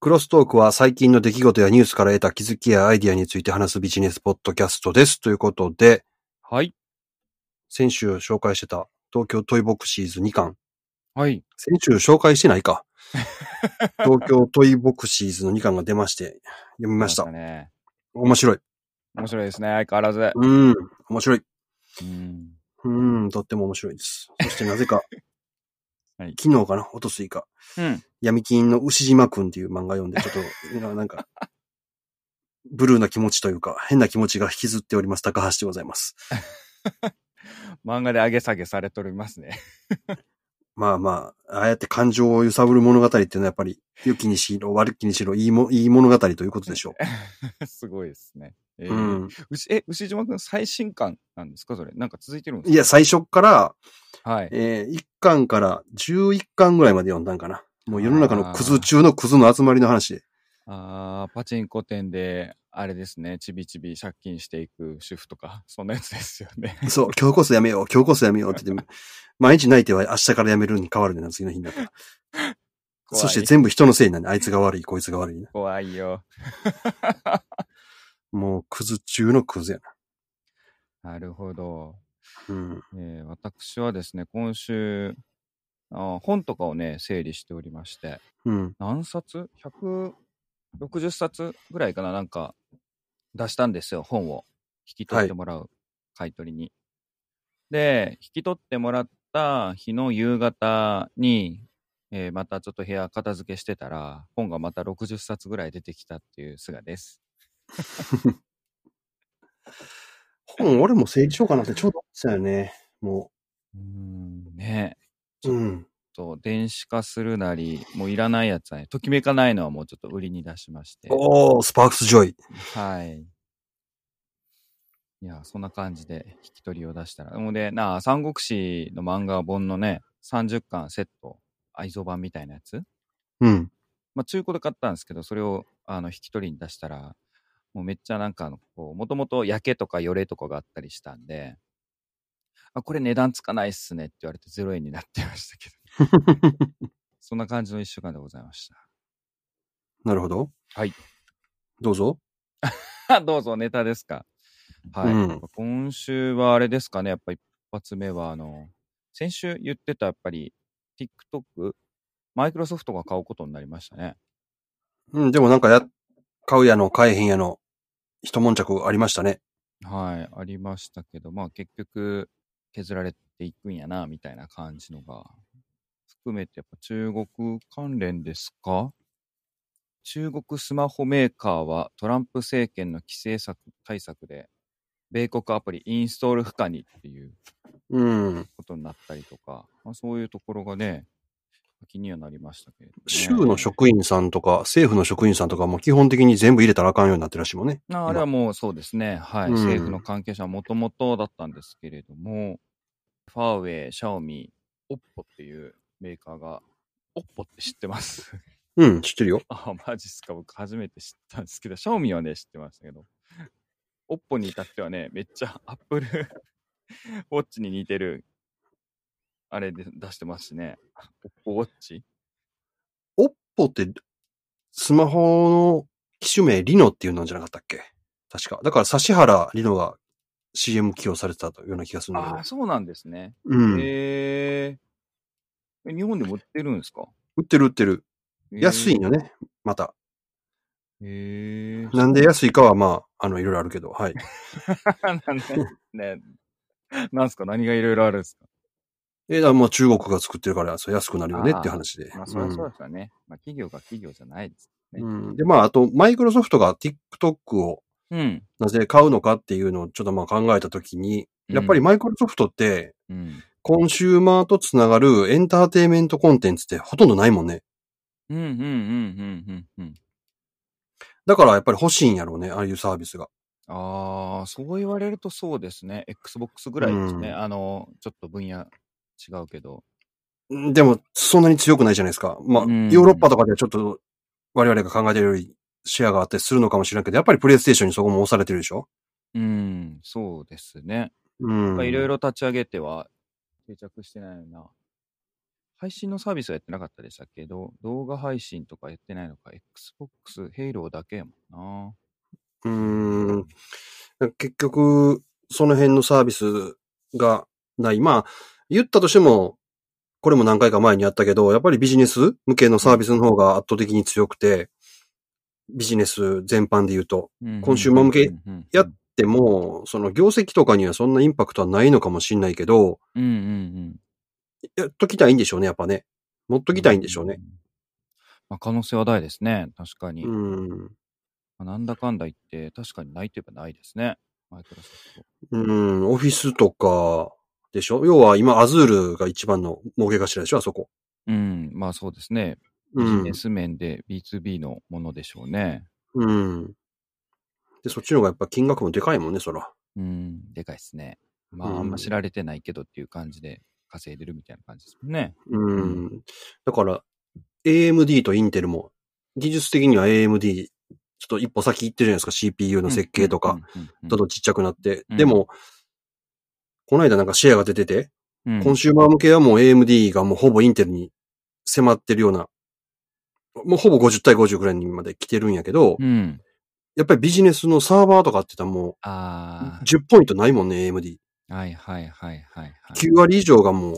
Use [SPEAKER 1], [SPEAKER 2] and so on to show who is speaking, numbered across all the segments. [SPEAKER 1] クロストークは最近の出来事やニュースから得た気づきやアイディアについて話すビジネスポッドキャストです。ということで、
[SPEAKER 2] はい。
[SPEAKER 1] 先週紹介してた東京トイボクシーズ2巻。
[SPEAKER 2] はい。
[SPEAKER 1] 先週紹介してないか。東京トイボクシーズの2巻が出まして、読みました。
[SPEAKER 2] ね。
[SPEAKER 1] 面白い。
[SPEAKER 2] 面白いですね。相変わらず。
[SPEAKER 1] うん、面白い。
[SPEAKER 2] うん。
[SPEAKER 1] うん、とっても面白いです。そしてなぜか、
[SPEAKER 2] はい
[SPEAKER 1] 昨日かな、おとすいか、
[SPEAKER 2] うん。
[SPEAKER 1] 闇金の牛島くんっていう漫画読んで、ちょっと、 なんか、ブルーな気持ちというか、変な気持ちが引きずっております。高橋でございます。
[SPEAKER 2] 漫画で上げ下げされとりますね。
[SPEAKER 1] まあまあ、ああやって感情を揺さぶる物語っていうのはやっぱり、良きにしろ、悪きにしろ、いいも、いい物語ということでしょ
[SPEAKER 2] すごいですね。え
[SPEAKER 1] う。
[SPEAKER 2] ー
[SPEAKER 1] うん。
[SPEAKER 2] 牛え、牛島くん最新刊なんですかそれ。なんか続いてるんです
[SPEAKER 1] いや、最初から、
[SPEAKER 2] かはい。
[SPEAKER 1] えー、1巻から11巻ぐらいまで読んだんかな。もう世の中のクズ中のクズの集まりの話で。
[SPEAKER 2] あーパチンコ店で、あれですね、ちびちび借金していく主婦とか、 そんなやつですよね。
[SPEAKER 1] そう、今日こそやめよう、今日こそやめようって言って、毎日泣いては明日からやめるに変わるねんな、次の日になったら。
[SPEAKER 2] 怖い
[SPEAKER 1] そして全部人のせいになる。あいつが悪い、こいつが悪いな。
[SPEAKER 2] 怖いよ。
[SPEAKER 1] もう、クズ中のクズや
[SPEAKER 2] なるほど。
[SPEAKER 1] な。うん。
[SPEAKER 2] えー私はですね、今週、あー本とかをね、整理しておりまして、
[SPEAKER 1] うん。
[SPEAKER 2] 何冊 ?160 冊ぐらいかななんか出したんですよ、本を。引き取ってもらう、買い取りに。で、引き取ってもらった日の夕方に、えーまたちょっと部屋片付けしてたら、本がまた60冊ぐらい出てきたっていう姿です。
[SPEAKER 1] 本、俺も整理しようかなってちょうど思ってたよね。も
[SPEAKER 2] うーん、ねえ
[SPEAKER 1] う。うん。
[SPEAKER 2] と、電子化するなり、もういらないやつはね、ときめかないのはもうちょっと売りに出しまして。
[SPEAKER 1] おー、スパークスジョイ。
[SPEAKER 2] はい。いや、そんな感じで引き取りを出したら。ほんで、なあ、三国志の漫画本のね、30巻セット、愛蔵版みたいなやつ。
[SPEAKER 1] うん。
[SPEAKER 2] まあ、中古で買ったんですけど、それをあの引き取りに出したら、もうめっちゃなんかあの、こう、もともと焼けとかよれとかがあったりしたんで、あ、これ値段つかないっすねって言われて0円になってましたけど、そんな感じの1週間でございまし
[SPEAKER 1] なるほど。
[SPEAKER 2] はい。
[SPEAKER 1] どうぞ。
[SPEAKER 2] た。 どうぞ、ネタですか。はい。
[SPEAKER 1] うん
[SPEAKER 2] 今週はあれですかね、やっぱ一発目は、あの、先週言ってた、やっぱり、TikTok、マイクロソフトが買うことになりましたね。
[SPEAKER 1] うん、でもなんかや、買うやの、買えへんやの、一悶着ありましたね。
[SPEAKER 2] はい、ありましたけど、まあ結局、削られていくんやな、みたいな感じのが、含めて、やっぱ中国関連ですか中国スマホメーカーはトランプ政権の規制策対策で、米国アプリインストール不可にっていう
[SPEAKER 1] うん。
[SPEAKER 2] ことになったりとか、まあ、そういうところがね、気にはなりましたけれど、ね。
[SPEAKER 1] 州の職員さんとか、政府の職員さんとかも基本的に全部入れたらあかんようになってるらしいもんね。
[SPEAKER 2] ああれはもうそうですね、はい、
[SPEAKER 1] うん
[SPEAKER 2] 政府の関係者はもともとだったんですけれども、ファーウェイ、シャオミ、オッポっていうメーカーが、オッポって知ってます
[SPEAKER 1] うん、知ってるよ。
[SPEAKER 2] ああ、マジっすか、僕初めて知ったんですけど、シャオミはね、知ってましたけど、オッポに至ってはね、めっちゃアップル ウォッチに似てる、あれで出してますしね、オッポウォッチ。
[SPEAKER 1] オッポって、スマホの機種名リノっていうのじゃなかったっけ確か。だから指原リノが CM 起用されてたような気がするんだけ
[SPEAKER 2] あ
[SPEAKER 1] ど
[SPEAKER 2] あ、。そうなんですね。
[SPEAKER 1] うん。
[SPEAKER 2] へえ日本でも売ってるんですか
[SPEAKER 1] 売ってる売ってる。安い
[SPEAKER 2] な
[SPEAKER 1] よね。また。
[SPEAKER 2] へえ。
[SPEAKER 1] なんで安いかはまあ、あの、いろいろあるけど。はい。
[SPEAKER 2] なんでね、なんすか何がいろいろあるんですか
[SPEAKER 1] え、だからまあ中国が作ってるからそう安くなるよねっていう話で。
[SPEAKER 2] まあ、そりゃそうですよね。まあ、企業が企業じゃないです。
[SPEAKER 1] うんうんで、まあ、あと、マイクロソフトが TikTok を
[SPEAKER 2] うん。
[SPEAKER 1] なぜ買うのかっていうのをちょっとまあ考えたときに、やっぱりマイクロソフトって、
[SPEAKER 2] うん、
[SPEAKER 1] コンシューマーとつながるエンターテイメントコンテンツってほとんどないもんね。
[SPEAKER 2] うん、うん、うん、うん、うん、うん。
[SPEAKER 1] だからやっぱり欲しいんやろうね、ああいうサービスが。
[SPEAKER 2] ああ、そう言われるとそうですね。Xbox ぐらいですね。
[SPEAKER 1] うん
[SPEAKER 2] あの、ちょっと分野違うけど。
[SPEAKER 1] んでも、そんなに強くないじゃないですか。まあ、
[SPEAKER 2] うん
[SPEAKER 1] ヨーロッパとかではちょっと我々が考えてるよりシェアがあったりするのかもしれないけど、やっぱりプレイステーションにそこも押されてるでしょ
[SPEAKER 2] うん、そうですね。
[SPEAKER 1] うん。
[SPEAKER 2] いろいろ立ち上げては定着してないよな。配信のサービスはやってなかったでしたけど、動画配信とかやってないのか、Xbox、Halo だけやもんな。
[SPEAKER 1] うーん。結局、その辺のサービスがない。まあ、言ったとしても、これも何回か前にやったけど、やっぱりビジネス向けのサービスの方が圧倒的に強くて、ビジネス全般で言うと、コンシューマー向けやっでも、その業績とかにはそんなインパクトはないのかもしんないけど、
[SPEAKER 2] うんうんうん。
[SPEAKER 1] やっときたいんでしょうね、やっぱね。持っときたいんでしょうね。。
[SPEAKER 2] まあ、可能性は大ですね。確かに。
[SPEAKER 1] う
[SPEAKER 2] ま
[SPEAKER 1] ん。
[SPEAKER 2] あなんだかんだ言って、確かにないといえばないですね。マイクロソフト。
[SPEAKER 1] うん、オフィスとか、でしょ要は今、アズールが一番の儲け頭でしょあそこ。
[SPEAKER 2] うん、まあそうですね。
[SPEAKER 1] う
[SPEAKER 2] ビジ
[SPEAKER 1] ん
[SPEAKER 2] ネ。ス面で B2B のものでしょうね。
[SPEAKER 1] うん。で、そっちの方がやっぱ金額もでかいもんね、そら。
[SPEAKER 2] うん、でかいですね。ま
[SPEAKER 1] うん
[SPEAKER 2] ああんま知られてないけどっていう感じで稼いでるみたいな感じですもんね。
[SPEAKER 1] うん。だから、AMD とインテルも、技術的には AMD、ちょっと一歩先行ってるじゃないですか、CPU の設計とか。
[SPEAKER 2] うんうんうんうん、
[SPEAKER 1] どんどんちっちゃくなって。
[SPEAKER 2] うん
[SPEAKER 1] でも、この間なんかシェアが出てて、
[SPEAKER 2] うん
[SPEAKER 1] コンシューマー向けはもう AMD がもうほぼインテルに迫ってるような、もうほぼ50対50ぐらいにまで来てるんやけど、
[SPEAKER 2] うん。
[SPEAKER 1] やっぱりビジネスのサーバーとかって言ったらもう
[SPEAKER 2] あ
[SPEAKER 1] 10ポイントないもんね、AMD。
[SPEAKER 2] あ、はいはいはいはい、はい。
[SPEAKER 1] 9割以上がもう、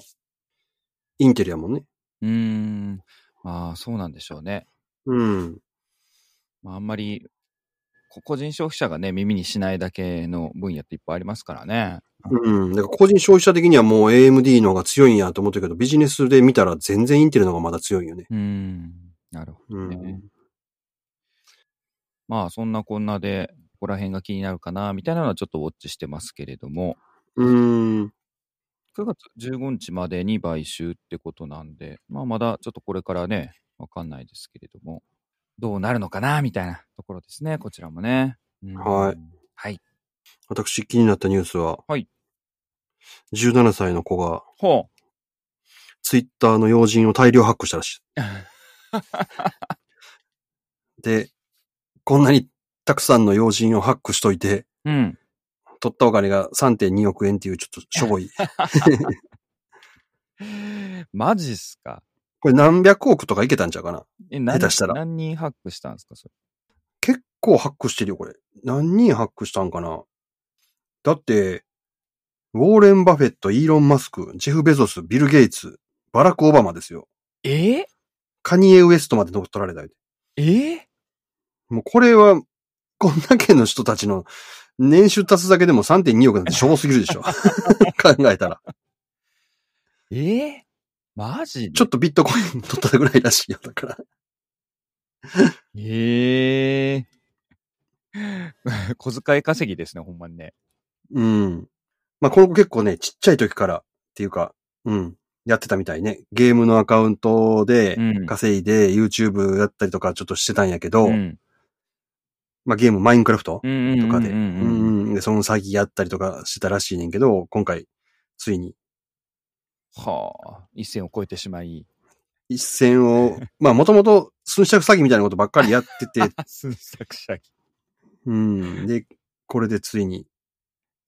[SPEAKER 1] インテルやもんね。
[SPEAKER 2] うーん。まあそうなんでしょうね。
[SPEAKER 1] うん。
[SPEAKER 2] まああんまり、こ個人消費者がね、耳にしないだけの分野っていっぱいありますからね。
[SPEAKER 1] うん。だから個人消費者的にはもう AMD の方が強いんやと思ってるけど、ビジネスで見たら全然インテルの方がまだ強いよね。
[SPEAKER 2] うん。なるほ
[SPEAKER 1] う
[SPEAKER 2] ど
[SPEAKER 1] ん。
[SPEAKER 2] ね。まあそんなこんなで、ここら辺が気になるかな、みたいなのはちょっとウォッチしてますけれども、
[SPEAKER 1] うん。
[SPEAKER 2] 9月15日までに買収ってことなんで、まあまだちょっとこれからね、わかんないですけれども、どうなるのかな、みたいなところですね、こちらもね。うん
[SPEAKER 1] はい。
[SPEAKER 2] はい。
[SPEAKER 1] 私気になったニュースは、
[SPEAKER 2] はい。
[SPEAKER 1] 17歳の子が
[SPEAKER 2] ほう。
[SPEAKER 1] ツイッターの要人を大量ハックしたらしい。で、こんなにたくさんの要人をハックしといて、
[SPEAKER 2] うん。
[SPEAKER 1] 取ったお金が3.2億円っていうちょっとしょぼい。
[SPEAKER 2] マジっすか。
[SPEAKER 1] これ何百億とかいけたんちゃうかな。
[SPEAKER 2] え、何
[SPEAKER 1] 下手したら
[SPEAKER 2] 何人ハックしたんですか、それ。
[SPEAKER 1] 結構ハックしてるよ、これ。何人ハックしたんかな。だって、ウォーレン・バフェット、イーロン・マスク、ジェフ・ベゾス、ビル・ゲイツ、バラク・オバマですよ。
[SPEAKER 2] え
[SPEAKER 1] カニエ・ウエストまで乗っ取られたよ
[SPEAKER 2] え
[SPEAKER 1] もうこれは、こんだけの人たちの年収達すだけでも3.2億なんてしょぼすぎるでしょ。 考えたら。
[SPEAKER 2] えマジで
[SPEAKER 1] ちょっとビットコイン取ったぐらいらしいよ。だから。
[SPEAKER 2] ええ 小遣い稼ぎですね、ほんまにね。
[SPEAKER 1] うん。まあ、この子結構ね、ちっちゃい時からっていうか、うん。やってたみたいね。ゲームのアカウントで
[SPEAKER 2] うん
[SPEAKER 1] 稼いで YouTube やったりとかちょっとしてたんやけど、
[SPEAKER 2] うん。
[SPEAKER 1] まあ、ゲームマインクラフト
[SPEAKER 2] うん
[SPEAKER 1] とかで、
[SPEAKER 2] う
[SPEAKER 1] うん
[SPEAKER 2] うんうんうん
[SPEAKER 1] ん。で、その詐欺やったりとかしてたらしいねんけど、今回、ついに
[SPEAKER 2] はあ、一線を越えてしまい。
[SPEAKER 1] 一線 を、まあもともと寸借詐欺みたいなことばっかりやってて、
[SPEAKER 2] 寸作者
[SPEAKER 1] うん。で、これでついに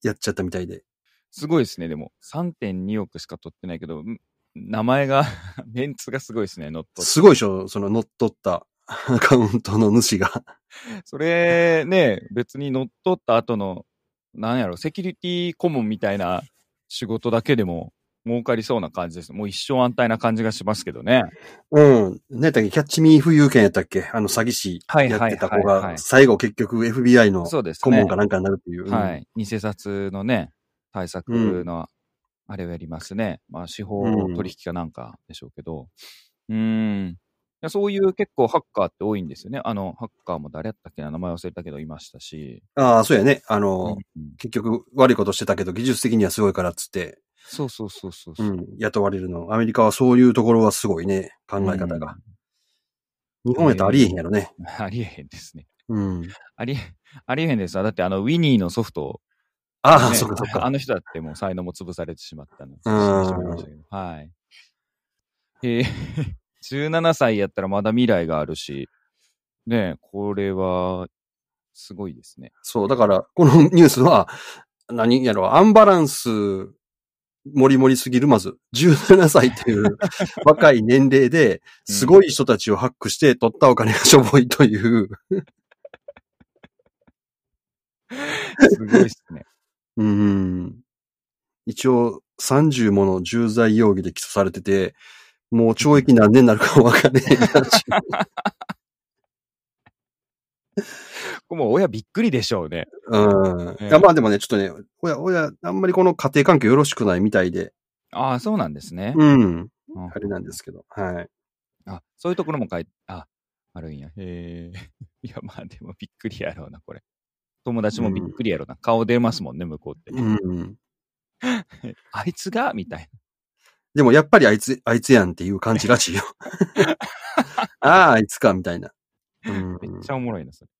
[SPEAKER 1] やっちゃったみたいで。
[SPEAKER 2] すごいですね、でも。3.2億しか取ってないけど、ん名前が、 メンツがすごいですね、乗っ取っ
[SPEAKER 1] すごいでしょその乗っ取ったアカウントの主が。
[SPEAKER 2] て。それ、ね、別に乗っ取った後の、なんやろ、セキュリティ顧問みたいな仕事だけでも儲かりそうな感じです。もう一生安泰な感じがしますけどね。
[SPEAKER 1] うん。何やったっけキャッチミー富裕権やったっけあの詐欺師やってた子
[SPEAKER 2] はいはいはいは
[SPEAKER 1] が、
[SPEAKER 2] い
[SPEAKER 1] 最後結局 FBI の
[SPEAKER 2] そうです
[SPEAKER 1] 顧
[SPEAKER 2] ね
[SPEAKER 1] 問。かなんかになるっていう。
[SPEAKER 2] はい。偽札のね、対策の、あれをやりますね。まあ、司法
[SPEAKER 1] うん
[SPEAKER 2] 取引かなんかでしょうけど。うーん。いやそういう結構ハッカーって多いんですよね。あの、ハッカーも誰やったっけな名前忘れたけどいましたし。
[SPEAKER 1] うんああ、そうやね。あの、
[SPEAKER 2] うん
[SPEAKER 1] 結局悪いことしてたけど技術的にはすごいからっつって、
[SPEAKER 2] そうそうそうそうそうう。
[SPEAKER 1] ん、雇われるの。アメリカはそういうところはすごいね。考え方が。日本やったらありえへんやろね。
[SPEAKER 2] うん。ありえへんですね。
[SPEAKER 1] うん。
[SPEAKER 2] ありえ、ありえへんですわだってあの、ウィニーのソフトをね、
[SPEAKER 1] ああ、そうかそうか。
[SPEAKER 2] あの人だってもう才能も潰されてしまったので。
[SPEAKER 1] うん
[SPEAKER 2] 死んでしまいましたけどはい。えー 17歳やったらまだ未来があるし、ねえこれは、すごいですね。
[SPEAKER 1] そう、だから、このニュースは、何やろ、アンバランス盛り盛りすぎる、まず、17歳という 若い年齢で、すごい人たちをハックして取ったお金がしょぼいという、
[SPEAKER 2] すごいっすね。
[SPEAKER 1] うん。一応、30もの重罪容疑で起訴されてて、もう懲役何年になるかわ かんねえな
[SPEAKER 2] もう親びっくりでしょうね。
[SPEAKER 1] うん。いやまあでもね、ちょっとね、おやおや、あんまりこの家庭環境よろしくないみたいで、
[SPEAKER 2] ああ、そうなんですね。
[SPEAKER 1] うん。
[SPEAKER 2] あ
[SPEAKER 1] あれなんですけど、はい。
[SPEAKER 2] あ、そういうところも書いて、あ、あるんや。へえ。 いや、まあでもびっくりやろうな、これ。友達もびっくりやろうな。顔出ますもんね、向こうって。
[SPEAKER 1] うん。
[SPEAKER 2] あいつがみたい
[SPEAKER 1] でもやっぱりあいつ、あいつやんっていう感じら しいよ。ああ、あいつか、みたいな。うん
[SPEAKER 2] な。めっちゃおもろいな、それ。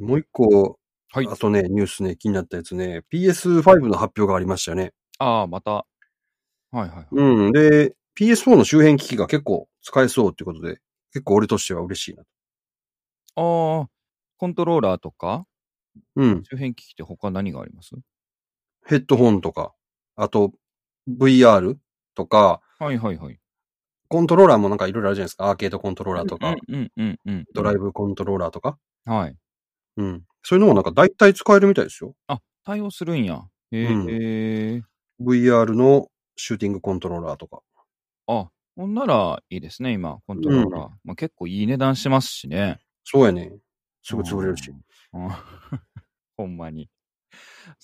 [SPEAKER 1] もう一個、
[SPEAKER 2] はい
[SPEAKER 1] あとね、ニュースね、気になったやつね、PS5 の発表がありましたよね。
[SPEAKER 2] ああ、また。はいはいはい。
[SPEAKER 1] うん。で、PS4 の周辺機器が結構使えそうってことで、結構俺としては嬉しいな。
[SPEAKER 2] ああ、コントローラーとか、
[SPEAKER 1] うん。
[SPEAKER 2] 周辺機器って他何があります
[SPEAKER 1] ヘッドホンとか、あと、VR とか、
[SPEAKER 2] はいはいはい。
[SPEAKER 1] コントローラーもなんかいろいろあるじゃないですか。アーケードコントローラーとか、
[SPEAKER 2] うんうんうんうん。
[SPEAKER 1] ドライブコントローラーとか。
[SPEAKER 2] ブ。はい。
[SPEAKER 1] うん。そういうのもなんか大体使えるみたいですよ。
[SPEAKER 2] 対応するんや。へえ、
[SPEAKER 1] うん VR のシューティングコントローラーとか。
[SPEAKER 2] あ、ほんならいいですね、今、コントローラー。まあ、結構いい値段しますしね。
[SPEAKER 1] そうやね。すぐ潰れるし。
[SPEAKER 2] うん。うん ほんまに。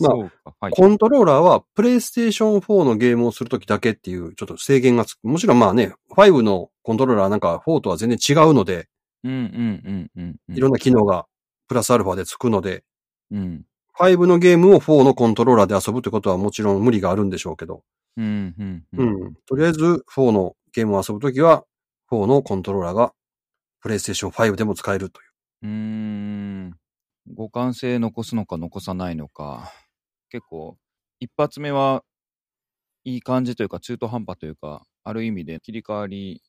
[SPEAKER 1] まあ
[SPEAKER 2] そうか。はい。
[SPEAKER 1] コントローラーは、プレイステーション4のゲームをするときだけっていう、ちょっと制限がつく。もちろんまあね、5のコントローラーなんか4とは全然違うので、
[SPEAKER 2] うんうんうんうんうん。
[SPEAKER 1] いろんな機能がプラスアルファでつくので、
[SPEAKER 2] うん。
[SPEAKER 1] 5のゲームを4のコントローラーで遊ぶってことはもちろん無理があるんでしょうけど、
[SPEAKER 2] うんうんう。
[SPEAKER 1] うんん。とりあえず4のゲームを遊ぶときは、4のコントローラーが、プレイステーション5でも使えるという。
[SPEAKER 2] うーん。互換性残すのか残さないのか。結構、一発目はいい感じというか、中途半端というか、ある意味で切り替わり、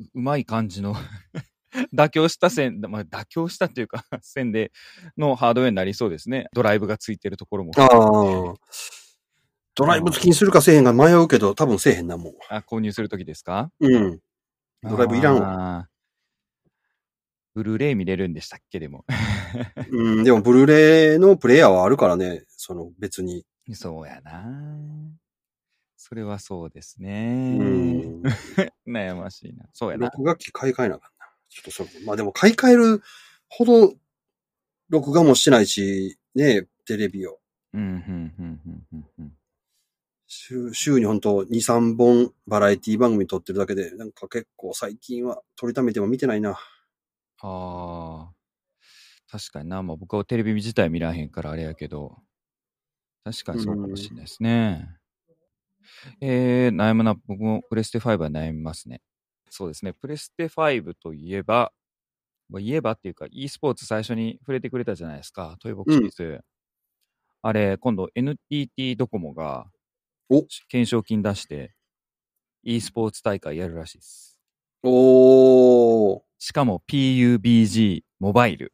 [SPEAKER 2] ううまい感じの 妥協した線、まあ、妥協したというか、 線でのハードウェアになりそうですね。ドライブがついてるところも。
[SPEAKER 1] ああ。ドライブ付きにするかせえへんが迷うけど、多分せえへんな、もう。
[SPEAKER 2] あ購入するときですか
[SPEAKER 1] うん。ドライブいらん
[SPEAKER 2] わ。ブルーレイ見れるんでしたっけ、でも。
[SPEAKER 1] うん、でも、ブルーレイのプレイヤーはあるからね、その別に。
[SPEAKER 2] そうやな。それはそうです
[SPEAKER 1] う
[SPEAKER 2] ね。
[SPEAKER 1] ん。
[SPEAKER 2] 悩ましいな。そうやな。
[SPEAKER 1] 録画機買い替えなあかんな。ちょっとそう。まあでも、買い替えるほど、録画もしてないし、ね、テレビを。
[SPEAKER 2] うん、うん、うん、うん、うん。
[SPEAKER 1] 週週に本当2、3本バラエティ番組撮ってるだけで、なんか結構最近は撮りためても見てないな。
[SPEAKER 2] ああ。確かにな。まあ僕はテレビ自体見らへんからあれやけど。確かにそうかもしれないですね。えー、悩むな。僕もプレステ5は悩みますね。そうですね。プレステ5といえば、まあ言えばっていうか、e スポーツ最初に触れてくれたじゃないですか。トイボックスキス。あれ、今度 NTT ドコモが
[SPEAKER 1] お、
[SPEAKER 2] 懸賞金出して、e スポーツ大会やるらしいです。
[SPEAKER 1] おー。
[SPEAKER 2] しかも PUBG モバイル。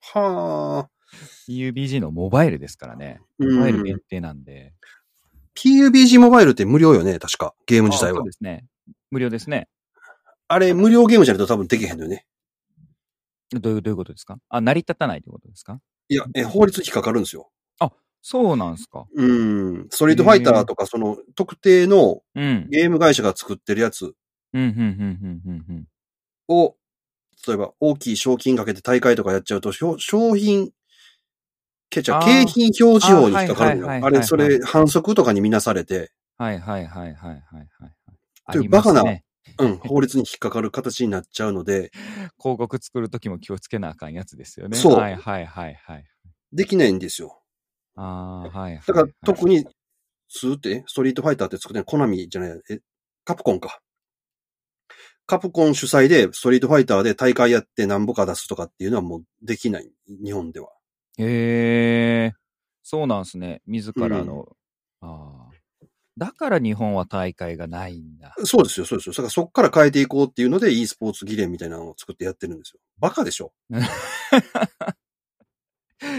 [SPEAKER 1] はあ。
[SPEAKER 2] PUBG のモバイルですからね。
[SPEAKER 1] うん
[SPEAKER 2] モバイル限定なんで。
[SPEAKER 1] PUBG モバイルって無料よね、確か。ゲーム
[SPEAKER 2] あ
[SPEAKER 1] 自体
[SPEAKER 2] そ
[SPEAKER 1] は
[SPEAKER 2] う。ですね。無料ですね。
[SPEAKER 1] あれ、無料ゲームじゃないと多分できへんのよね。
[SPEAKER 2] どういうどういうことですかあ、成り立たないということですか
[SPEAKER 1] いや、え法律引っかかるんですよ。
[SPEAKER 2] そうなんですか。
[SPEAKER 1] うん。ストリートファイターとか、その、特定の
[SPEAKER 2] うん。
[SPEAKER 1] ゲーム会社が作ってるやつ
[SPEAKER 2] うん、うん、うん、うん、うん、うん。
[SPEAKER 1] を、例えば大きい賞金かけて大会とかやっちゃうと、商商品、けちゃ、
[SPEAKER 2] あー
[SPEAKER 1] 景品表示法に引っかかるの
[SPEAKER 2] あはいは
[SPEAKER 1] よ。あ
[SPEAKER 2] いはいはいはい
[SPEAKER 1] れ、それ、反則とかに見なされて、
[SPEAKER 2] はいはいはいはいはいはいはい。あ
[SPEAKER 1] という
[SPEAKER 2] ります
[SPEAKER 1] バカ
[SPEAKER 2] ね。
[SPEAKER 1] うん、法律に引っかかる形になっちゃうので、
[SPEAKER 2] 広告作るときも気をつけなあかんやつですよね。
[SPEAKER 1] そう
[SPEAKER 2] はいはいはいはい。
[SPEAKER 1] できないんですよ。
[SPEAKER 2] ああ、はいはい、はい。
[SPEAKER 1] だから、特に、スーって、ストリートファイターって作ってるコナミじゃない、え、カプコンか。カプコン主催で、ストリートファイターで大会やってなんぼか出すとかっていうのはもうできない。日本では。
[SPEAKER 2] へえ、そうなんですね。自らの。ああ。だから日本は大会がないんだ。
[SPEAKER 1] そうですよ、そうですよ。だからそこから変えていこうっていうので、e スポーツ議連みたいなのを作ってやってるんですよ。バカでしょ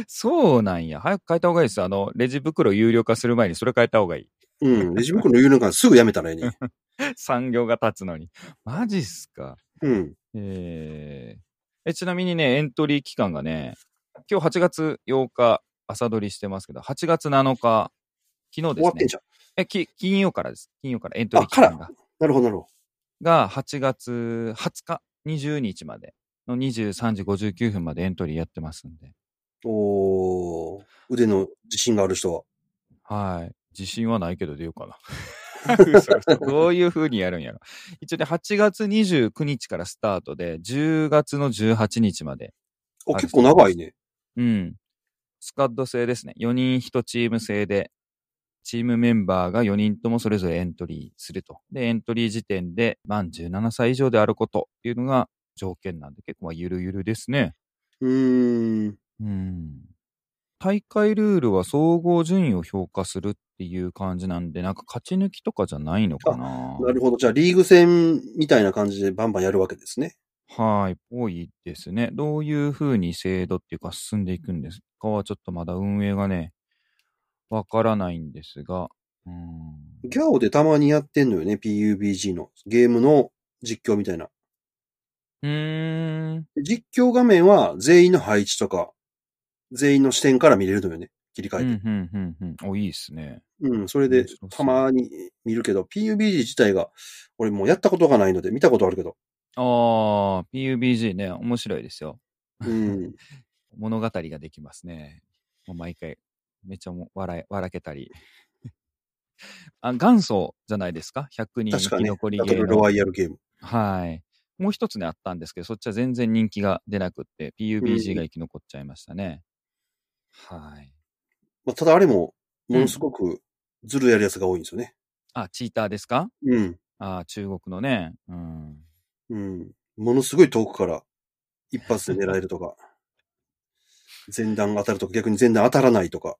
[SPEAKER 2] そうなんや。早く変えた方がいいです。あの、レジ袋有料化する前にそれ変えた方がいい。
[SPEAKER 1] うん。レジ袋の有料化すぐやめたらいいね。
[SPEAKER 2] 産業が立つのに。マジっすか。
[SPEAKER 1] うん。
[SPEAKER 2] えーえちなみにね、エントリー期間がね、今日8月8日、朝取りしてますけど、8月7日、昨日
[SPEAKER 1] 終
[SPEAKER 2] で
[SPEAKER 1] わ
[SPEAKER 2] す
[SPEAKER 1] って
[SPEAKER 2] ね
[SPEAKER 1] ん。じゃん。
[SPEAKER 2] えき金曜からです。金曜からエントリー期
[SPEAKER 1] あ
[SPEAKER 2] 間
[SPEAKER 1] か
[SPEAKER 2] が。
[SPEAKER 1] なるほど、なるほ
[SPEAKER 2] が、8月20日、20日までの23時59分までエントリーやってますんで。
[SPEAKER 1] ど。おー腕の自信がある人は。
[SPEAKER 2] はい。自信はないけど出ようかな。 嘘嘘どういう風にやるんやろ。一応ね、8月29日からスタートで、10月の18日まで。
[SPEAKER 1] お、結構長いね。
[SPEAKER 2] うん。スカッド制ですね。4人1チーム制で、チームメンバーが4人ともそれぞれエントリーすると。で、エントリー時点で満17歳以上であることっていうのが条件なんで、結構まあゆるゆるですね。
[SPEAKER 1] うーん。
[SPEAKER 2] うん。大会ルールは総合順位を評価するっていう感じなんで、なんか勝ち抜きとかじゃないのかな。
[SPEAKER 1] なるほど。じゃあ、リーグ戦みたいな感じでバンバンやるわけですね。
[SPEAKER 2] はい、多いですね。どういうふうに制度っていうか進んでいくんですかはちょっとまだ運営がね、わからないんですが。うん。
[SPEAKER 1] ギャオでたまにやってんのよね。PUBG の。ゲームの実況みたいな。
[SPEAKER 2] うーん。
[SPEAKER 1] 実況画面は全員の配置とか、全員の視点から見れるのよね。切り
[SPEAKER 2] うん、う
[SPEAKER 1] 替えて。
[SPEAKER 2] ん、うん、うん。お、いいですね。
[SPEAKER 1] うん、それで
[SPEAKER 2] 面白そう
[SPEAKER 1] たまに見るけど、PUBG 自体が、俺もうやったことがないので、見たことある けど。
[SPEAKER 2] あー、PUBG ね、面白いですよ。
[SPEAKER 1] うん。
[SPEAKER 2] 物語ができますね。もう毎回、めっちゃもう笑え、笑けたり。 あ、元祖じゃないですか ?100 人
[SPEAKER 1] 確
[SPEAKER 2] 生
[SPEAKER 1] か
[SPEAKER 2] き
[SPEAKER 1] ね。
[SPEAKER 2] 残り
[SPEAKER 1] バ
[SPEAKER 2] ゲ
[SPEAKER 1] ト
[SPEAKER 2] ー
[SPEAKER 1] ル
[SPEAKER 2] の
[SPEAKER 1] ロワイヤルゲーム。
[SPEAKER 2] はい。もう一つね、あったんですけど、そっちは全然人気が出なくって、PUBG が生き残っちゃいましたね。はい。
[SPEAKER 1] まあ、ただあれも、ものすごくずるやるやつが多いんですよね。
[SPEAKER 2] あ、チーターですか
[SPEAKER 1] うん。
[SPEAKER 2] あ中国のね。うん。
[SPEAKER 1] うん。ものすごい遠くから一発で狙えると か、前段当たるとか逆に前段当たらないとか。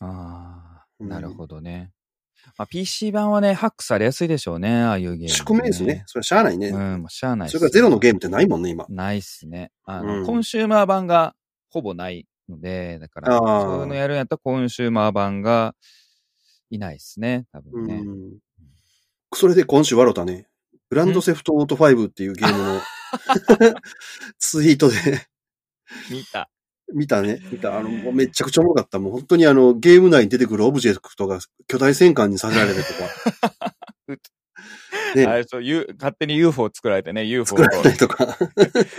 [SPEAKER 2] ああ、
[SPEAKER 1] うん
[SPEAKER 2] なるほどね。まあ、PC 版はね、ハックされやすいでしょうね、ああいうゲーム、
[SPEAKER 1] 宿命ですね。。それはしゃあないね。
[SPEAKER 2] うん、もうしゃあないっす
[SPEAKER 1] それからゼロのゲームってないもんね、今。
[SPEAKER 2] ないっすね。あの、
[SPEAKER 1] うん
[SPEAKER 2] コンシューマー版がほぼないので、だから、
[SPEAKER 1] あー
[SPEAKER 2] そういうのやるんやったらコンシューマー版がいないっすね、多
[SPEAKER 1] う
[SPEAKER 2] 分ね。
[SPEAKER 1] ん。それで今週笑ったね。グランドセフトオート5っていうゲームの ツイートで
[SPEAKER 2] 見た。
[SPEAKER 1] 見たね。見た。あの、もうめっちゃくちゃおもろかった。もう本当にあの、ゲーム内に出てくるオブジェクトが巨大戦艦にさせられ るとか
[SPEAKER 2] うっ。あ
[SPEAKER 1] ね、
[SPEAKER 2] れそう、ゆ勝手に UFO 作られてね、UFO
[SPEAKER 1] 作
[SPEAKER 2] と
[SPEAKER 1] られたりとか。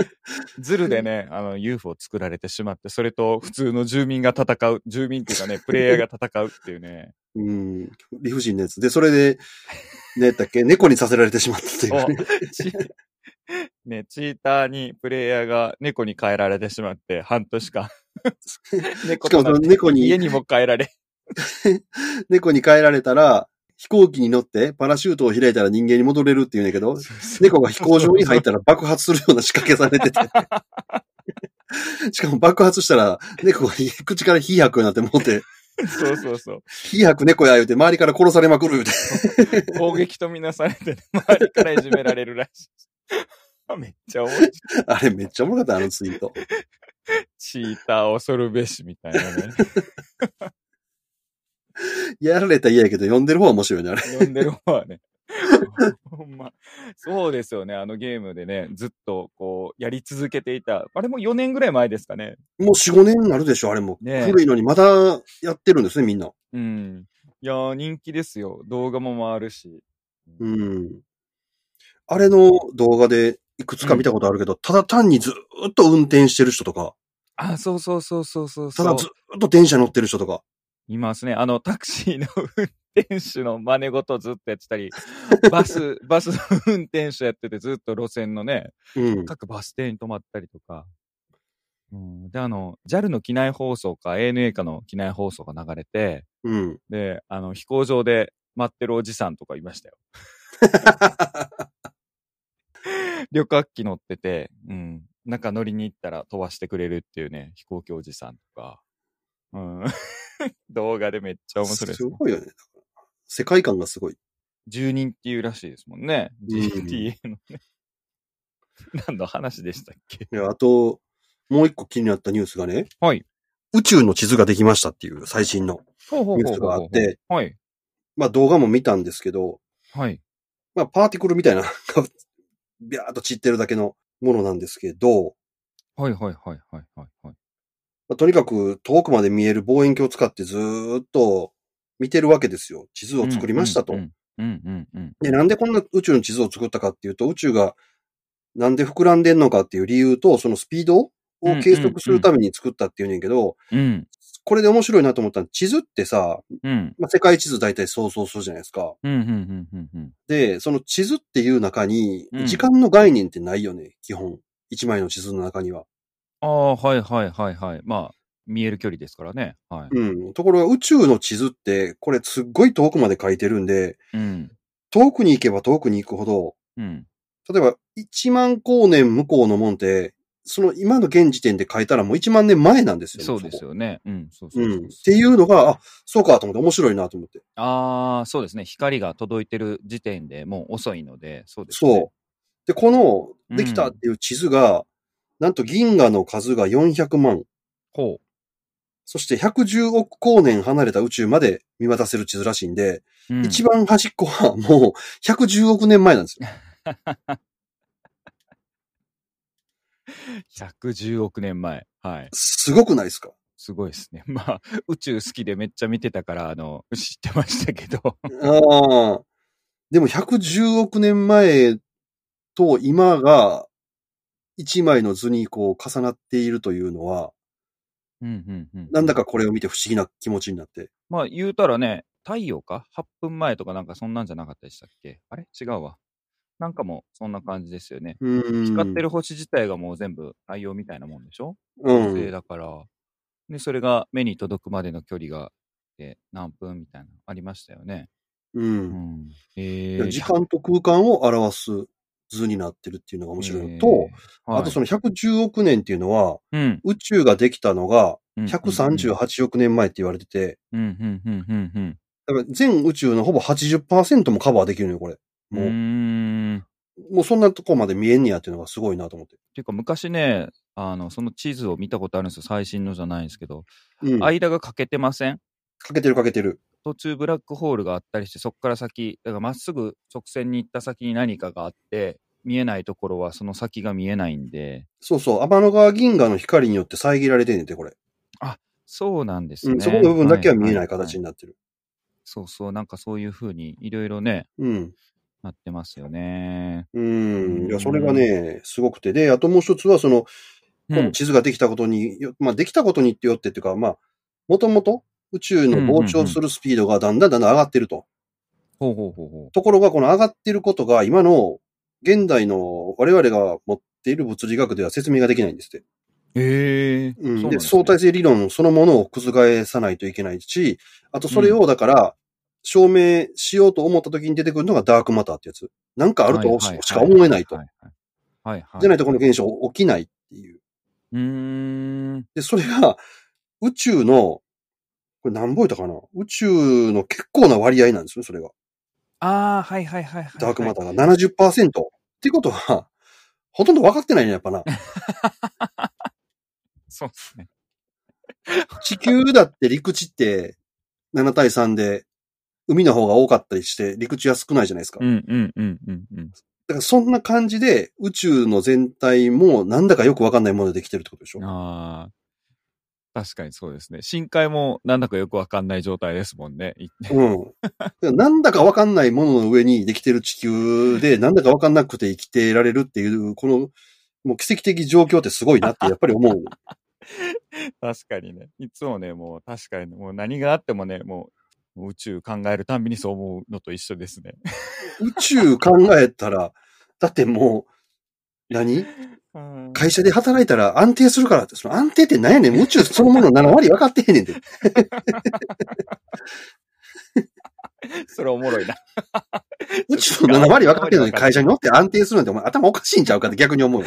[SPEAKER 2] ズルでね、あの、UFO 作られてしまって、それと普通の住民が戦う、住民っていう かね、プレイヤーが戦うっていうね。
[SPEAKER 1] うん。理不尽なやつ。で、それで、ね、だっけ、猫にさせられてしまったというね。
[SPEAKER 2] そう チね、チーターにプレイヤーが猫に変えられてしまって、半年間。猫
[SPEAKER 1] しかもその猫に
[SPEAKER 2] 家にも変 えられ。
[SPEAKER 1] 猫に変えられたら、飛行機に乗ってパラシュートを開いたら人間に戻れるって言うんだけど、猫が飛行場に入ったら爆発するような仕掛けされて て。しかも爆発したら、猫が口から火吐くようになってもうて、
[SPEAKER 2] そうそうそう。
[SPEAKER 1] 火吐く猫や言うて周りから殺されまくる言うて。
[SPEAKER 2] 攻撃とみなされて、 周りからいじめられるらしい。めっちゃ面白い。
[SPEAKER 1] あれめっちゃおもろかった、あのツイート。
[SPEAKER 2] チーター恐るべしみたい なね。
[SPEAKER 1] やられたら嫌やけど、読んでる方は面白いね、あれ。
[SPEAKER 2] 読んでる方はね。 ほんま。そうですよね。あのゲームでね、ずっとこう、やり続けていた。あれも4年ぐらい前ですかね。
[SPEAKER 1] もう4、5年になるでしょ、あれも。
[SPEAKER 2] ねえ
[SPEAKER 1] 古いのにまだやってるんですね、みんな。
[SPEAKER 2] うん。いやー、人気ですよ。動画も回るし。
[SPEAKER 1] うん。あれの動画でいくつか見たことあるけど、ただ単にずーっと運転してる人とか、
[SPEAKER 2] あ、そうそうそうそうそう
[SPEAKER 1] た
[SPEAKER 2] そ
[SPEAKER 1] だ
[SPEAKER 2] う
[SPEAKER 1] ず。ーっと電車乗ってる人とか、
[SPEAKER 2] いますね。あの、タクシーの運転手の真似事ずっとやってたり、 バス、バスの運転手やっててずっと路線のね、
[SPEAKER 1] うん。
[SPEAKER 2] 各バス停に止まったりとか。うん、で、あの、JAL の機内放送か ANA かの機内放送が流れて、
[SPEAKER 1] うん。
[SPEAKER 2] で、あの、飛行場で待ってるおじさんとかいましたよ。 旅客機乗ってて、うん。なんか乗りに行ったら飛ばしてくれるっていうね、飛行機おじさんとか。うん。 動画でめっちゃ面白いですすね。
[SPEAKER 1] ごいよね。世界観がすごい。
[SPEAKER 2] 10人っていうらしいですもんね。
[SPEAKER 1] うん
[SPEAKER 2] GTA のね。 何の話でしたっけ
[SPEAKER 1] であと、もう一個気になったニュースがね、
[SPEAKER 2] はい。
[SPEAKER 1] 宇宙の地図ができましたっていう最新の
[SPEAKER 2] ほうほ
[SPEAKER 1] ニュースがあっ。て、
[SPEAKER 2] はい。
[SPEAKER 1] まあ動画も見たんですけど、
[SPEAKER 2] はい。
[SPEAKER 1] まあパーティクルみたいな、 ビャーっと散ってるだけのものなんですけど、
[SPEAKER 2] はいはいはいはいはいはい。
[SPEAKER 1] まあ、とにかく遠くまで見える望遠鏡を使ってずーっと見てるわけですよ。地図を作りましたと。
[SPEAKER 2] うんうんうんうんうん。
[SPEAKER 1] で、なんでこんな宇宙の地図を作ったかっていうと、宇宙がなんで膨らんでんのかっていう理由と、そのスピードを計測するために作ったっていうんやけど、
[SPEAKER 2] うん
[SPEAKER 1] これで面白いなと思ったのは、地図ってさ、
[SPEAKER 2] うん
[SPEAKER 1] まあ、世界地図大体想像するじゃないですか。
[SPEAKER 2] うんうんうんうんうん。
[SPEAKER 1] で、その地図っていう中に
[SPEAKER 2] う、ん
[SPEAKER 1] 時間の概念ってないよね、基本。一枚の地図の中には。
[SPEAKER 2] ああ、はいはいはいはい。まあ、見える距離ですからね。は
[SPEAKER 1] うん。ところが宇宙の地図って、これすっごい遠くまで書いてるんで、
[SPEAKER 2] い。うん。
[SPEAKER 1] 遠くに行けば遠くに行くほど、
[SPEAKER 2] うん。
[SPEAKER 1] 例えば1万光年向こうのもんって、その今の現時点で書いたらもう1万年前なんですよね。
[SPEAKER 2] そうです
[SPEAKER 1] こ。
[SPEAKER 2] よね。うん。そうそううそ
[SPEAKER 1] ん。
[SPEAKER 2] う。
[SPEAKER 1] っていうのが、あ、そうかと思って面白いなと思って。
[SPEAKER 2] ああ、そうですね。光が届いてる時点でもう遅いので、そうですね。
[SPEAKER 1] そう。で、このできたっていう地図が、なんと銀河の数が400万、
[SPEAKER 2] ほ
[SPEAKER 1] そして110億光年離れた宇宙まで見渡せる地図らしいんで、
[SPEAKER 2] う。うん
[SPEAKER 1] 一番端っこはもう110億年前なんですよ。
[SPEAKER 2] 110億年前。はい。
[SPEAKER 1] すごくないですか
[SPEAKER 2] すごいですね。 まあ、宇宙好きでめっちゃ見てたから、あの、 知ってましたけど。
[SPEAKER 1] ああ。でも110億年前と今が一枚の図にこう重なっているというのは、
[SPEAKER 2] うんうんうん。
[SPEAKER 1] なんだかこれを見て不思議な気持ちになって。
[SPEAKER 2] まあ、言うたらね、太陽か ?8 分前とかなんかそんなんじゃなかったでしたっけあれ違うわ。なんかもうそんな感じですよね。
[SPEAKER 1] うーん。
[SPEAKER 2] 光ってる星自体がもう全部太陽みたいなもんでしょ
[SPEAKER 1] う
[SPEAKER 2] 火星
[SPEAKER 1] ん。
[SPEAKER 2] だから。で、それが目に届くまでの距離が、え何分みたいなのありましたよね。
[SPEAKER 1] う。
[SPEAKER 2] うんん。え
[SPEAKER 1] 時間と空間を表す図になってるっていうのが面白いのと、、あとそ
[SPEAKER 2] の、
[SPEAKER 1] の110億年っていうのは、
[SPEAKER 2] うん。
[SPEAKER 1] 宇宙ができたのが
[SPEAKER 2] うん
[SPEAKER 1] 138億年前って言われてて、
[SPEAKER 2] うん、うん、うん、うん、うん。
[SPEAKER 1] だから全宇宙のほぼ80%もカバーできるのよ、これ。
[SPEAKER 2] う
[SPEAKER 1] もう、
[SPEAKER 2] ーん。っ
[SPEAKER 1] もうそんなとこまで見えんねやっていうのがすごいなと思って。
[SPEAKER 2] ていうか、昔ね、あの、その地図を見たことあるんですよ。最新のじゃないんですけど。
[SPEAKER 1] うん。か
[SPEAKER 2] 間が欠けてません
[SPEAKER 1] けてるかけてる。
[SPEAKER 2] 途中ブラックホールがあったりして、そこから先、だからまっすぐ直線に行った先に何かがあって、見えないところはその先が見えないんで、
[SPEAKER 1] そうそう。天の川銀河の光によって遮られてんねんて、これ。
[SPEAKER 2] そうなんです
[SPEAKER 1] う
[SPEAKER 2] ね。
[SPEAKER 1] ん。そこの部分だけは見えない
[SPEAKER 2] はは
[SPEAKER 1] 形
[SPEAKER 2] は
[SPEAKER 1] になってる。
[SPEAKER 2] そうそう、なんかそういうふうにいろいろね、
[SPEAKER 1] うん。
[SPEAKER 2] なってますよね。
[SPEAKER 1] うん。いや、それがね、すごくて。で、あともう一つは、その、
[SPEAKER 2] う
[SPEAKER 1] この
[SPEAKER 2] ん、
[SPEAKER 1] 地図ができたことによ、まあ、できたことによってっていうか、まあ、もともと宇宙の膨張するスピードがだんだんだんだん上がってると。
[SPEAKER 2] ほうほうほうほ
[SPEAKER 1] ところが、この上がってることが、今の、現代の我々が持っている物理学では説明ができないんですって。
[SPEAKER 2] う。へ
[SPEAKER 1] うん。
[SPEAKER 2] え。そうなん
[SPEAKER 1] で、
[SPEAKER 2] すね
[SPEAKER 1] 相対性理論そのものを覆さないといけないし、あとそれをだから、証明しようと思った時に出てくるのがダークマターってやつ。なんかあるとししか思えないと
[SPEAKER 2] は。いはいはい。はいはい
[SPEAKER 1] じゃないとこの現象起きないっていう。
[SPEAKER 2] うーん。
[SPEAKER 1] で、それが、宇宙の、これ何ボイトかな宇宙の結構な割合なんですね、それが。
[SPEAKER 2] ああ、はいはいはいはい、はい。
[SPEAKER 1] ダークマターが70%。ってことは、ほとんど分かってないね、やっぱ な。
[SPEAKER 2] そうですね。
[SPEAKER 1] 地球だって陸地って7対3で、海の方が多かったりして、陸地は少ないじゃないですか。
[SPEAKER 2] う
[SPEAKER 1] だ
[SPEAKER 2] んうんうんうんうん。
[SPEAKER 1] からそんな感じで、宇宙の全体もなんだかよく分かんないものでできてるってことでしょ。
[SPEAKER 2] ああ。確かにそうですね。深海もなんだかよくわかんない状態ですもんね。い
[SPEAKER 1] うん。だからなんだか分かんないものの上にできてる地球で、なんだか分かんなくて生きてられるっていう、この、もう奇跡的状況ってすごいな ってやっぱり思う。
[SPEAKER 2] 確かにね。いつもね、もう確かに、もう何があってもね、もうもう宇宙考えるたんびにそう思うのと一緒ですね。
[SPEAKER 1] 宇宙考えたら、だってもう、何
[SPEAKER 2] うん
[SPEAKER 1] 会社で働いたら安定するからって、その安定って何やねん宇宙そのもの7割分かってへんね んって。
[SPEAKER 2] それおもろいな。
[SPEAKER 1] 宇宙の7割分かってるのに会社に乗って安定するなんてお前頭おかしいんちゃうかって逆に思う。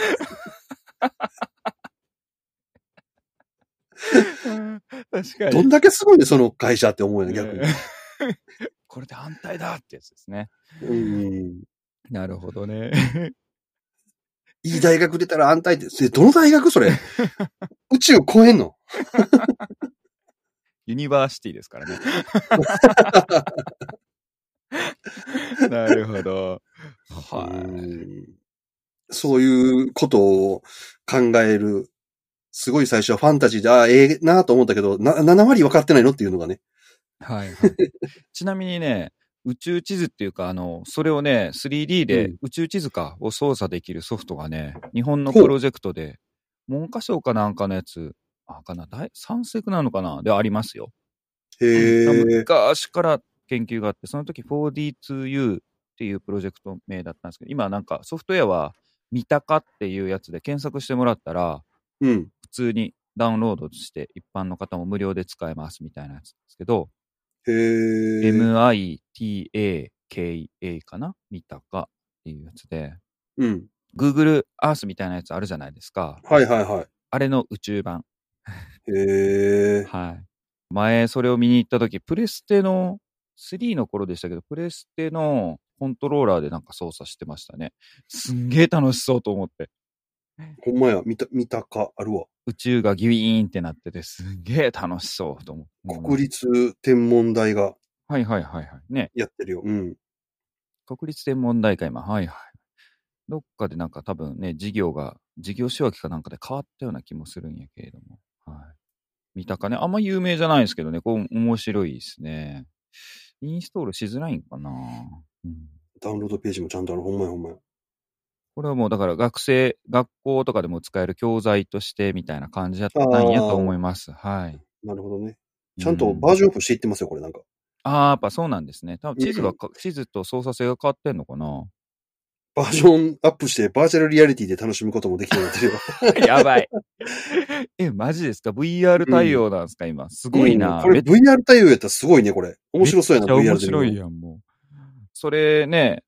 [SPEAKER 2] うん確か
[SPEAKER 1] ど
[SPEAKER 2] に。
[SPEAKER 1] んだけすごいね、その会社って思うよね、逆に
[SPEAKER 2] ね。 これで反対だってやつですね。
[SPEAKER 1] うん。
[SPEAKER 2] なるほどね。
[SPEAKER 1] いい大学出たら安泰って、それどの大学そ れ宇宙超えんの
[SPEAKER 2] ユニバーシティですからね。なるほど。
[SPEAKER 1] う
[SPEAKER 2] はい。
[SPEAKER 1] んそういうことを考える。すごい最初はファンタジーで、ああ、ええなと思ったけど、な、7割分かってないのっていうのがね。
[SPEAKER 2] はい、はい。ちなみにね、宇宙地図っていうか、あの、それをね、3D
[SPEAKER 1] う
[SPEAKER 2] で
[SPEAKER 1] ん
[SPEAKER 2] 宇宙地図かを操作できるソフトがね、日本の
[SPEAKER 1] ほう
[SPEAKER 2] プロジェクトで、文科省かなんかのやつ、あ、かな、第三セクなのかなでありますよ。
[SPEAKER 1] へえ。
[SPEAKER 2] 昔から研究があって、その時 4D2U っていうプロジェクト名だったんですけど、今なんかソフトウェアは、三鷹っていうやつで検索してもらったら、
[SPEAKER 1] うん。
[SPEAKER 2] 普通にダウンロードして一般の方も無料で使えますみたいなやつですけど、
[SPEAKER 1] へえ。
[SPEAKER 2] MITAKA かな見たかっていうやつで、
[SPEAKER 1] うん。
[SPEAKER 2] Google Earth みたいなやつあるじゃないですか。
[SPEAKER 1] はいはいは
[SPEAKER 2] あれの宇宙版。
[SPEAKER 1] い。へえ。
[SPEAKER 2] はい。前、それを見に行った時プレステの3の頃でしたけど、プレステのコントローラーでなんか操作してましたね。すんげえ楽しそうと思って。
[SPEAKER 1] ほんまや、見た、見たか、あるわ。
[SPEAKER 2] 宇宙がギュイーンってなってて、すんげえ楽しそうと思って。
[SPEAKER 1] 国立天文台が
[SPEAKER 2] はいはいはいはい。ね。
[SPEAKER 1] やってるよ。うん。
[SPEAKER 2] 国立天文台か、今。はいはい。どっかでなんか多分ね、事業が、事業仕分けかなんかで変わったような気もするんやけれども。はい。三鷹ね、あんま有名じゃないですけどね、こう、面白いですね。インストールしづらいんかな、うん、
[SPEAKER 1] ダウンロードページもちゃんとある。ほんまやほんまや。
[SPEAKER 2] これはもうだから学生、学校とかでも使える教材としてみたいな感じだったんやと思います。はい。
[SPEAKER 1] なるほどね。ちゃんと
[SPEAKER 2] うん
[SPEAKER 1] バージョンオフしていってますよ、これなんか。
[SPEAKER 2] ああ、やっぱそうなんですね。多分地図がか、地図と操作性が変わってんのかな
[SPEAKER 1] バージョンアップしてバーチャルリアリティで楽しむこともできるようになってる よ。
[SPEAKER 2] やばい。え、マジですか ?VR 対応なんですか、今。すごいな。
[SPEAKER 1] うんこれ
[SPEAKER 2] めっ
[SPEAKER 1] VR 対応やったらすごいね、これ。面白そうやな、
[SPEAKER 2] めっ
[SPEAKER 1] VR
[SPEAKER 2] ち
[SPEAKER 1] で。
[SPEAKER 2] ゃ面白いやん、もう。それね、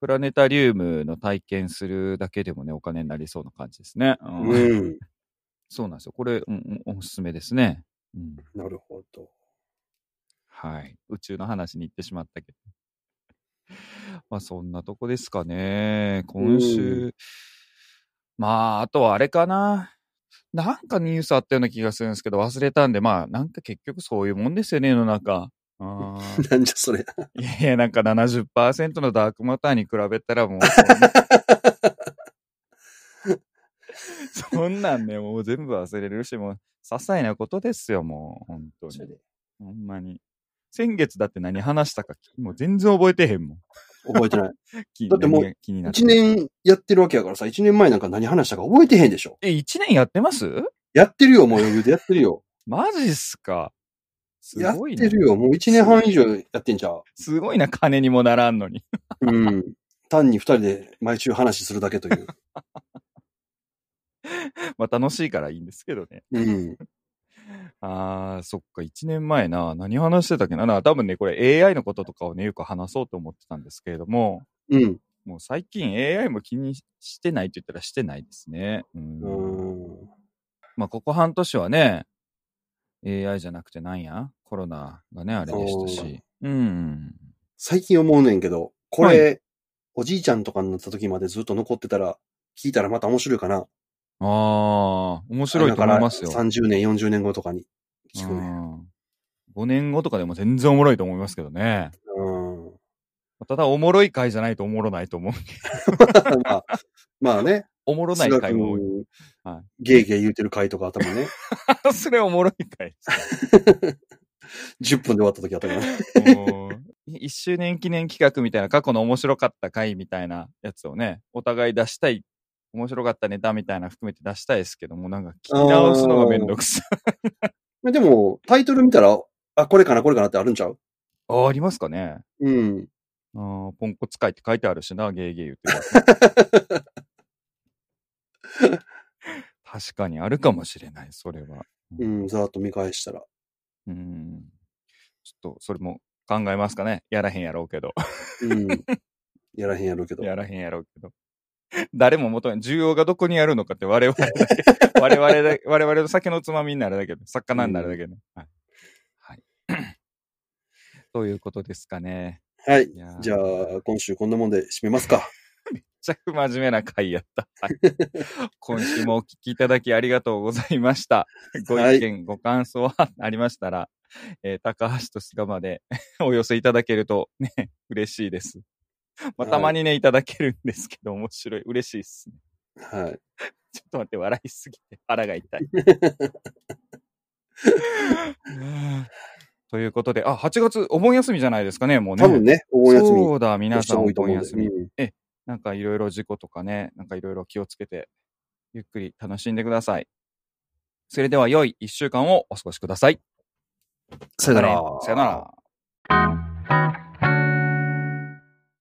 [SPEAKER 2] プラネタリウムの体験するだけでもね、お金になりそうな感じですね。うん
[SPEAKER 1] うん。
[SPEAKER 2] そうなんですよ。これ、うんうんおすすめですね、うん。
[SPEAKER 1] なるほど。
[SPEAKER 2] はい。宇宙の話に行ってしまったけど。 まあ、そんなとこですかね。今
[SPEAKER 1] う
[SPEAKER 2] 週。まあ、あとはあれかな。なんかニュースあったような気がするんですけど、忘れたんで、まあ、なんか結局そういうもんですよね、世の中。あ ー
[SPEAKER 1] なんじゃそれ。
[SPEAKER 2] いやいや、なんか70%のダークマターに比べたらもうそんな、そんなんね、もう全部忘れるし、もう、些細なことですよ、もう、本当に。ほんまに。先月だって何話したか、もう全然覚えてへんもん。
[SPEAKER 1] 覚えてない。
[SPEAKER 2] 気
[SPEAKER 1] だってもう
[SPEAKER 2] 何が気になっ て
[SPEAKER 1] 一。年やってるわけやからさ、一年前なんか何話したか覚えてへんでしょ。
[SPEAKER 2] え、1年やってます
[SPEAKER 1] やってるよ、もう余裕でやってるよ。
[SPEAKER 2] マジっすか。 す
[SPEAKER 1] やっ
[SPEAKER 2] ごい
[SPEAKER 1] て
[SPEAKER 2] ね。
[SPEAKER 1] るよ、もう一年半以上やってんじゃう。
[SPEAKER 2] すごいな、金にもならんのに。
[SPEAKER 1] うん。単に二人で毎週話するだけという。
[SPEAKER 2] まあ楽しいからいいんですけどね。
[SPEAKER 1] うん。
[SPEAKER 2] あー、そっか、1年前な。何話してたっけな。な多分ね、これ AI のこととかをね、よく話そうと思ってたんですけれども、
[SPEAKER 1] うん。
[SPEAKER 2] もう最近 AI も気にしてないと言ったらしてないですね。うん
[SPEAKER 1] うーん
[SPEAKER 2] まあ、ここ半年はね、AI じゃなくてなんやコロナがね、あれでしたし。うん。
[SPEAKER 1] 最近思うねんけど、これ、おじいちゃんとかになった時までずっと残ってたら、聞いたらまた面白いかな。
[SPEAKER 2] ああ、面白いと思いますよ。
[SPEAKER 1] だから30年、40年後とかに聞くね。
[SPEAKER 2] 5年後とかでも全然おもろいと思いますけどね。
[SPEAKER 1] うん。
[SPEAKER 2] ただ、おもろい回じゃないとおもろないと思う。
[SPEAKER 1] まあ、まあね。
[SPEAKER 2] おもろない
[SPEAKER 1] 菅
[SPEAKER 2] 回も多い。
[SPEAKER 1] 君
[SPEAKER 2] は
[SPEAKER 1] ゲーゲー言うてる回とかあったもんね。
[SPEAKER 2] それおもろい回。
[SPEAKER 1] 10分で終わった時あったからね。
[SPEAKER 2] 1周年記念企画みたいな、過去の面白かった回みたいなやつをね、お互い出したい、面白かったネタみたいな含めて出したいですけども、なんか聞き直すのがめんどくさい。
[SPEAKER 1] でも、タイトル見たら、あ、これかな、これかなってあるんちゃう
[SPEAKER 2] あーありますかね
[SPEAKER 1] うん。
[SPEAKER 2] あーポンコツ会って書いてあるしな、ゲーゲー言ってるやつ確かにあるかもしれない、それは。
[SPEAKER 1] うん、ざーっと見返したら。
[SPEAKER 2] うん。ちょっと、それも考えますかね。やらへんやろうけど。
[SPEAKER 1] うん。やらへんやろうけど。
[SPEAKER 2] やらへんやろうけど。誰も求め、需要がどこにあるのかって我々だ け、我々だけ、我々の酒のつまみになるだけで、魚になるだけで。はい。はい、という ことですかね。
[SPEAKER 1] はい。
[SPEAKER 2] いやー
[SPEAKER 1] じゃあ、今週こんなもんで締めますか。
[SPEAKER 2] めっちゃ真面目な回 やった。はい今週もお聞きいただきありがとうございました。ご意見、ご感想はありましたら、えー高橋と菅まで お寄せいただけるとね、嬉しいです。まあ、たまにね、いただけるんですけど、面白い、嬉しいっすね。
[SPEAKER 1] はい。
[SPEAKER 2] ちょっと待って、笑いすぎて腹が 痛い。うんということで、あ、8月、お盆休みじゃないですかね、もうね。
[SPEAKER 1] 多分ね、お盆休み。
[SPEAKER 2] そうだ、皆さん
[SPEAKER 1] 多
[SPEAKER 2] お
[SPEAKER 1] いと
[SPEAKER 2] 盆
[SPEAKER 1] 思うんで
[SPEAKER 2] 休み。
[SPEAKER 1] うん
[SPEAKER 2] なんかいろいろ事故とかね、なんかいろいろ気をつけて、ゆっくり楽しんでください。それでは良い1週間をお過ごしください。
[SPEAKER 1] さよなら
[SPEAKER 2] またね。さよなら。